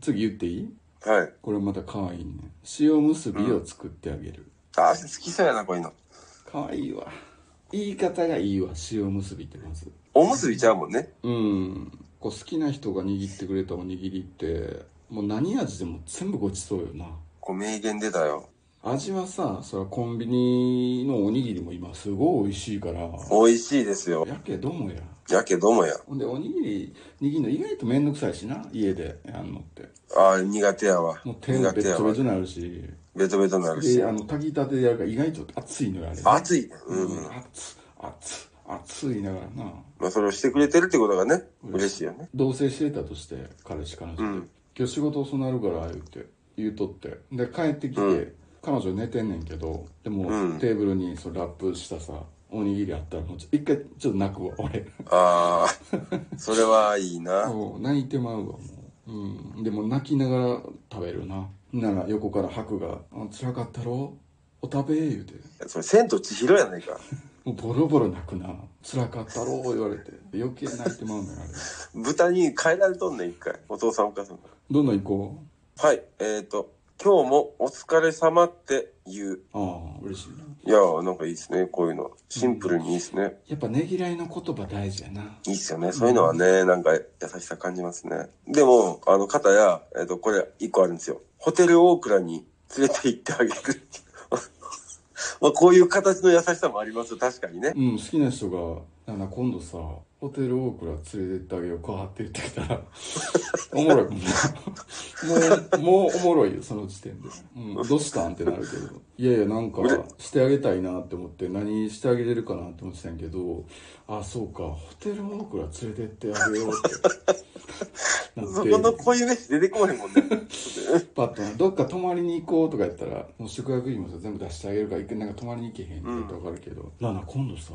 次言っていいはい。これまた可愛いね塩結びを作ってあげる、あ、好きそうやな、こういうの。可愛いわ言い方がいいわ塩結びってまずおむすびちゃうもんね。うんこう好きな人が握ってくれたおにぎりってもう何味でも全部ごちそうよなこう名言出たよ。味はさそれはコンビニのおにぎりも今すごい美味しいからや美味しいですよ。けどもややけどもや。ほんでおにぎり握るの意外と面倒くさいしな家でやんのってあー苦手やわ。もう手が苦べ手っやちょわべち。ょになるしベトベトになるしで。あの炊きたてでやるから意外と熱いのよあれ熱い。うん。うん熱熱熱いながらなまあ、それをしてくれてるってことがね、嬉しいよね。同棲してたとして彼氏彼女で、うん今日仕事遅なるから言って言うとってで帰ってきて、うん彼女寝てんねんけどでも、うんテーブルにそのラップしたさおにぎりあったらもうちょ一回ちょっと泣くわ俺 ああ、それはいいな。そう泣いてまうわもう、うん、でも泣きながら食べるななら横から白が「あ辛かったろお食べ」言うてそれ、千と千尋やないか。もうボロボロ泣くな辛かったろ言われて余計泣いてまうのよあれ豚に変えられとんねん、一回。お父さんお母さんが。どんどん行こうはい、えっ、ー、と、今日もお疲れ様って言う。ああ嬉しいないやー、なんかいいですね、こういうの。シンプルにいいですね。やっぱねぎらいの言葉大事やないいっすよね。そういうのはね、なんか優しさ感じますね。でも、あの、方や、えっ、と、これ、一個あるんですよ。ホテルオークラに連れて行ってあげる。 まあ、こういう形の優しさもありますよ、確かにね。うん好きな人が「だから今度さホテルオークラ連れてってあげようか」って言ってきた らおもろいもうもうもうおもろいよその時点で、うん、どうしたんってなるけどいやいやなんかしてあげたいなって思って何してあげれるかなって思ってたんやけどあそうかホテルオークラ連れてってあげようって そこなのってこういうメッセージ出てこないもんね。パッとなどっか泊まりに行こうとかやったらもう宿泊費もさ全部出してあげるから行くなんか泊まりに行けへんって分かるけど、なあなあ今度さ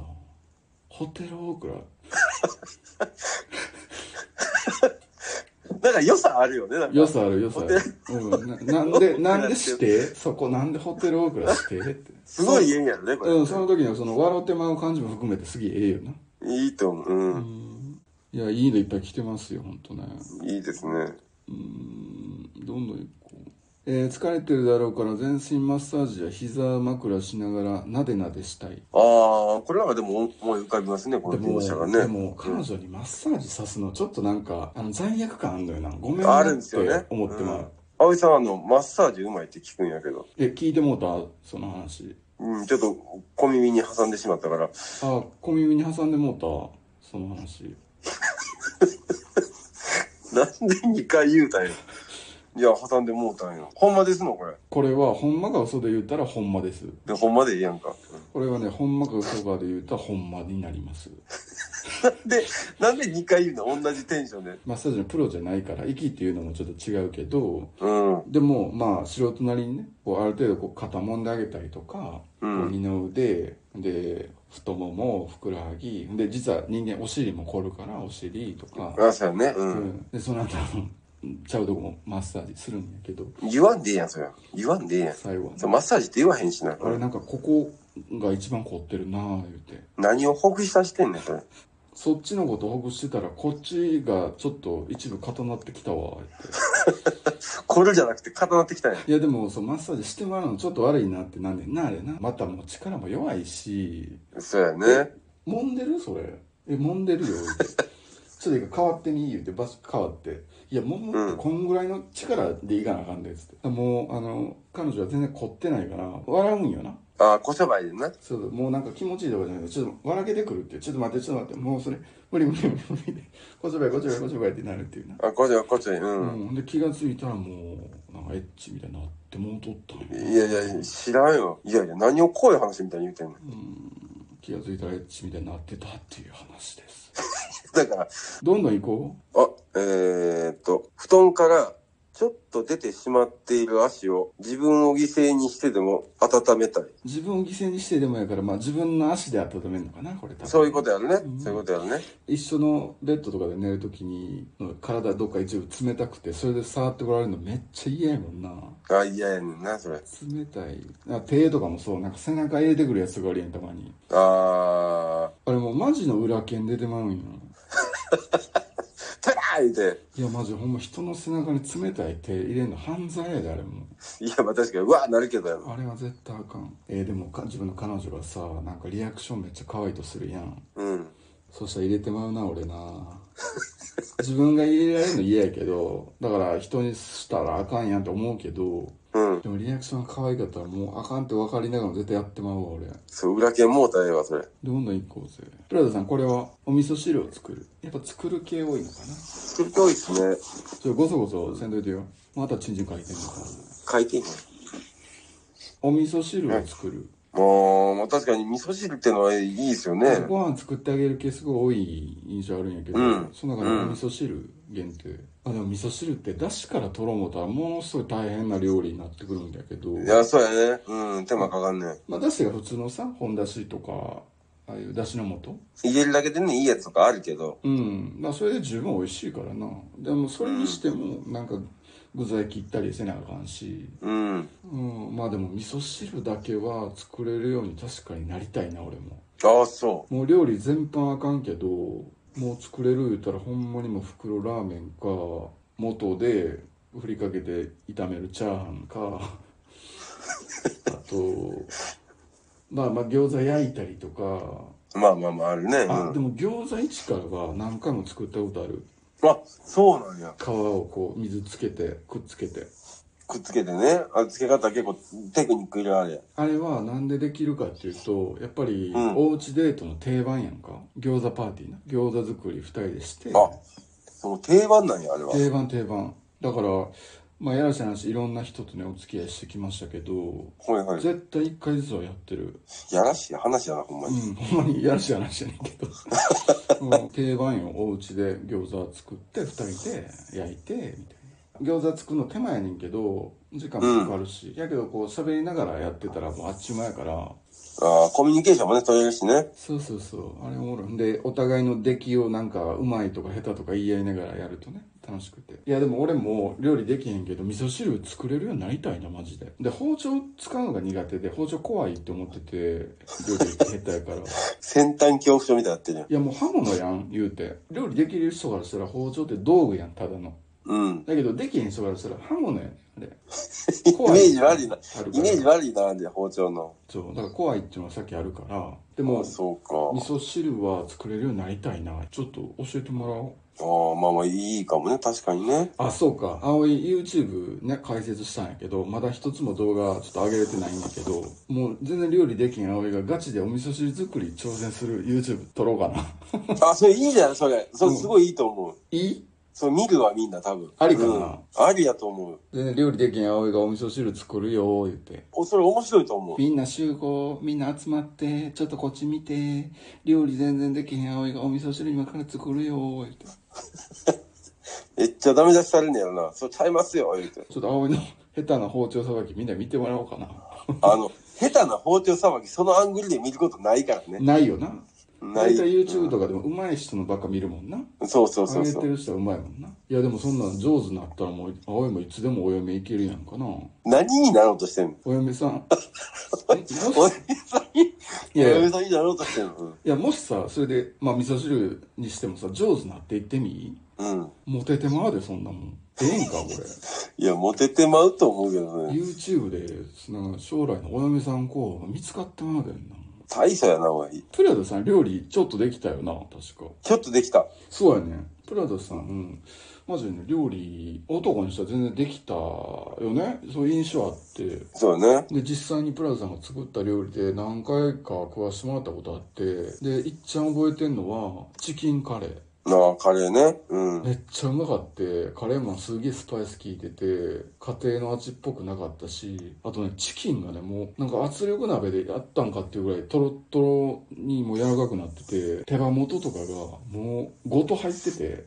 ホテルオークラなんか良さあるよね、なんか。良さある良さある、うん、ななん でなんでしてそこなんでホテルオークラしてって すごい言えんやろね、これ。うんその時のその笑ってまう感じも含めてすげえええよないいと思う。うん。いやいいのいっぱい来てますよほんとねいいですね。うんどんどん行こう、えー疲れてるだろうから全身マッサージや膝枕しながらなでなでしたいああ、これなんかでも思い浮かびますね、こでのも描写がでね。も彼女にマッサージさすのちょっとなんかあの罪悪感あんのよなごめんあなっるんですよねて。思ってまう、うん葵さん、あの、マッサージうまいって聞くんやけど。え聞いてもうたその話うん、ちょっと小耳に挟んでしまったから。 あ小耳に挟んでもうたその話なんで2回言うたんや。いや、挟んでもうたんや。ほんまですの、これ。これはほんまか嘘で言ったらほんまですで、ほんまでいいやんか。これはねほんまか嘘かで言ったらほんまになりますで、なんで2回言うの同じテンションで。マッサージのプロじゃないから息っていうのもちょっと違うけどうん。でもまあ素人なりにねこうある程度こう肩揉んであげたりとか、うんこう二の腕で太ももふくらはぎで実は人間お尻も凝るからお尻とか、あ、そうやね。う。うんん、でその後うんちゃうとこもマッサージするんやけど言わんでええやん、そりゃ。言わんでええやん。最後は、そうね、マッサージって言わへんしな。あれなんかここが一番凝ってるなあ言うて何をほぐしさしてんねん、それ。そっちのことほぐしてたらこっちがちょっと一部固まってきたわ言ってこれじゃなくて固まってきたんや。いやでもそうマッサージしてもらうのちょっと悪いなってなんねんなあれなまたもう力も弱いしそうやね。揉んでるそれえ揉んで るよ言うてちょっといいか変わってみ言うてバス変わっていや揉むってこんぐらいの力でいかなあかんでっつってもうあの彼女は全然凝ってないから笑うんよなああ、こせばいいねんな。そうもうなんか気持ちいいとかじゃないちょっと笑けてくるっていうちょっと待ってちょっと待ってもうそれ無理無理無理無理でこちょばいこちょばいこちょばいってなるっていうなあ、こせばこせばいい。う。うんんで気がついたらもうなんかエッチみたいになってもうとったんよいやいや、知らんよ。いやいや、何をこういう話みたいに言うてんねん。気がついたらエッチみたいになってたっていう話ですだから、どんどん行こあ、えー、っと、布団からちょっと出てしまっている足を自分を犠牲にしてでも温めたい。う自分を犠牲にしてでもやから、まあ、自分の足で温めるのかなこれ多分そういうことやるねう。んそういうことやるね。一緒のベッドとかで寝るときに体どっか一部冷たくてそれで触ってこられるのめっちゃ嫌やもんなあ、嫌やねんな、それ。冷たいあ手とかもそうなんか背中入れてくるやつがあるやんたまにああれもうマジの裏剣出てまうんよトラー言うて、いやマジほんま人の背中に冷たい手入れんの犯罪やであれもいや、まあ確かに、うわーなるけどやろ。あれは絶対あかんえー、でもか自分の彼女がさなんかリアクションめっちゃ可愛いとするやんうん。そしたら入れてまうな俺な 自分が入れられるの嫌やけどだから人にしたらあかんやんって思うけどうん。でもリアクションが可愛かったらもうあかんって分かりながらも絶対やってまうわ俺そう、裏剣もうたええわ、それ。どんどん行こうぜ黒田さんこれはお味噌汁を作るやっぱ作る系多いのかな作りたいっすね。ちょごそごそせんといてよまたチンチン書いてんのか書いていいお味噌汁を作る、もう、まあ確かに味噌汁ってのはいいですよね。ご飯作ってあげる系すごい多い印象あるんやけど、うんその中でお味噌汁限定、あでも味噌汁ってだしから取ろう思ったらものすごい大変な料理になってくるんだけどいや、そうやね。うん、手間かかんね。まあだしが普通のさ本だしとかああいうだしの素入れるだけでね、いいやつとかあるけど。うんまあそれで十分美味しいからなでもそれにしてもなんか具材切ったりせなあかんし、うん。うん、まあでも味噌汁だけは作れるように確かになりたいな俺もああ、そもう料理全般あかんけどもう作れる言うたらほんまにもう袋ラーメンか元でふりかけて炒めるチャーハン かあとまあまあ餃子焼いたりとかう。まあまあまあ、あるね。うあでん。も餃子一からは何回も作ったことあるあ、そうなんや。皮をこう水つけてくっつけてくっつけてね。あ、つけ方結構テクニックいるあれ。あれはなんでできるかっていうとやっぱりうんおうちデートの定番やんか餃子パーティーな餃子作り2人でしてあ、その定番なんや、あれは。定番定番だからまあやらしい話いろんな人とねお付き合いしてきましたけどはいはい。絶対1回ずつはやってるやらしい話やな、ほんまうに。んほんまにやらしい話じゃないけど、 うん定番よお家で餃子作って2人で焼いてみたいな餃子作るの手間やねんけど時間もかかるし、やけどこう喋りながらやってたらもうあっちゅう間やからああ、コミュニケーションもね、取れるしね。そうそうそうあれおもろいでお互いの出来をなんかうまいとか下手とか言い合いながらやるとね楽しくていやでも俺も料理できへんけど味噌汁作れるようになりたいなマジでで包丁使うのが苦手で包丁怖いって思ってて料理下手やからい先端恐怖症みたいになってるやん。やもう刃物やん言うて料理できる人からしたら包丁って道具やんただのうん。だけどできへん人からしたら刃物やねんあれイメ怖いージ悪いな。あるかイらメージ悪いな、あれ、包丁の。そうだから怖いっていうのはさっきあるからであもあ、そうか。味噌汁は作れるようになりたいなちょっと教えてもらおうああ、まあまあ、いいかもね、確かにね。あ、そうか。葵 YouTube ね、解説したんやけど、まだ一つも動画ちょっと上げれてないんやけど、もう全然料理できん葵がガチでお味噌汁作り挑戦する YouTube 撮ろうかな。あ、それいいじゃん、それ。それうんすごいいいと思う。 いいそれ見るわ、みんな、多分。ありかなうん。ありやと思う。全然料理できん葵がお味噌汁作るよー言って。お、それ面白いと思う。みんな集合、みんな集まって、ちょっとこっち見て、料理全然できへん葵がお味噌汁今から作るよー言って。めっちゃダメ出しされんねやろな。それちゃいますよ、言う て。ちょっと葵の下手な包丁さばきみんな見てもらおうかな。 あの、下手な包丁さばき、そのアングルで見ることないからね。ないよな。な大い。体 YouTube とかでも上手い人のばっか見るもんな。そうそうそう上げそてう。る人はうまいもんないやでもそんなん上手になったらもう青いもいつでもお嫁いけるやんかな何になろう としてんのお嫁さ んえもし お嫁さんに、おいやいや嫁さんになろうとしてんのいやもしさそれでまあ味噌汁にしてもさ上手になっていってみうん。うんモテてまうでそんなもんええんかこ いや、モテてまうと思うけどれね。 YouTube でなんか将来のお嫁さん候補が見つかってまうでんな大差やな、お前。プラダさん料理ちょっとできたよな確かちょっとできた。そうやねプラダさん、うん、マジでね料理男にしたら全然できたよねそういう印象あってそうやね。で実際にプラザさんが作った料理で何回か食わしてもらったことあってでいっちゃん覚えてんのはチキンカレーなあ、カレーね。うん。めっちゃうまかってカレーもすげえスパイス効いてて家庭の味っぽくなかったしあとねチキンがねもうなんか圧力鍋でやったんかっていうぐらいトロットロにもう柔らかくなってて手羽元とかがもうごと入ってて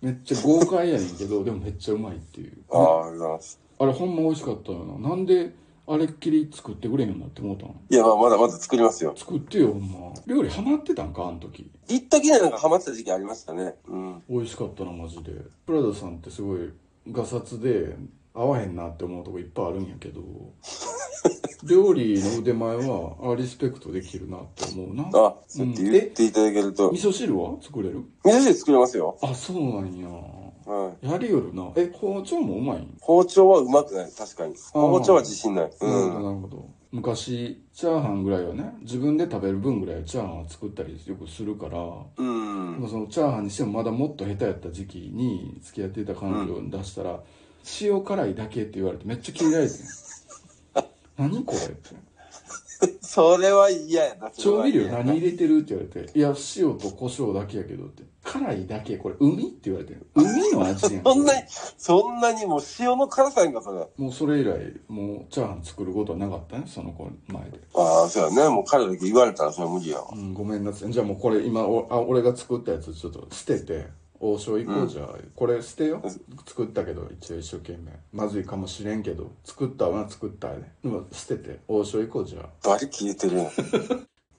めっちゃ豪快やねんけどでもめっちゃうまいっていうああ、ありがとうございます。あれほんま美味しかったよななんであれっきり作ってくれへんようになって思ったのいや、まあ、まだまだ作りますよ。作ってよほんま料理ハマってたんかあの時一時ね、なんかハマってた時期ありましたね。うん。美味しかったなマジでプラダさんってす ごいガサツで合わへんなって思うとこいっぱいあるんやけど料理の腕前は、あリスペクトできるなって思うな。あ、そうやって言っていただけると。味噌汁は作れる味噌汁作れますよ。あ、そうなんや。はい。やりよるな。え、包丁もうまいん包丁はうまくない。確かに。あー包丁は自信ない。なるうほど、ん。なるほど。昔、チャーハンぐらいはね、自分で食べる分ぐらいはチャーハンを作ったりよくするから、うん。まあそのチャーハンにしてもまだもっと下手やった時期に付き合ってた彼女に出したら、塩辛いだけって言われてめっちゃ切れられてん何これって。それは嫌やな。それ調は味嫌料やな何入れてるって言われて、いや、塩と胡椒だけやけどって。辛いだけ、これ、海って言われて。海の味やん。そんなに、そんなにもう塩の辛さやんか、それ。もうそれ以来、もうチャーハン作ることはなかったね、その子の前で。ああ、そうやね。もう彼だけ言われたらそれは無理やわ。うん、ごめんなさい。じゃあもうこれ今、おあ俺が作ったやつちょっと捨てて、王将行こうじゃあ、これ捨てよ。作ったけど、一応一生懸命。まずいかもしれんけど、作ったわな、作ったね。でも捨てて、王将行こうじゃあ。バリ消えてるやん。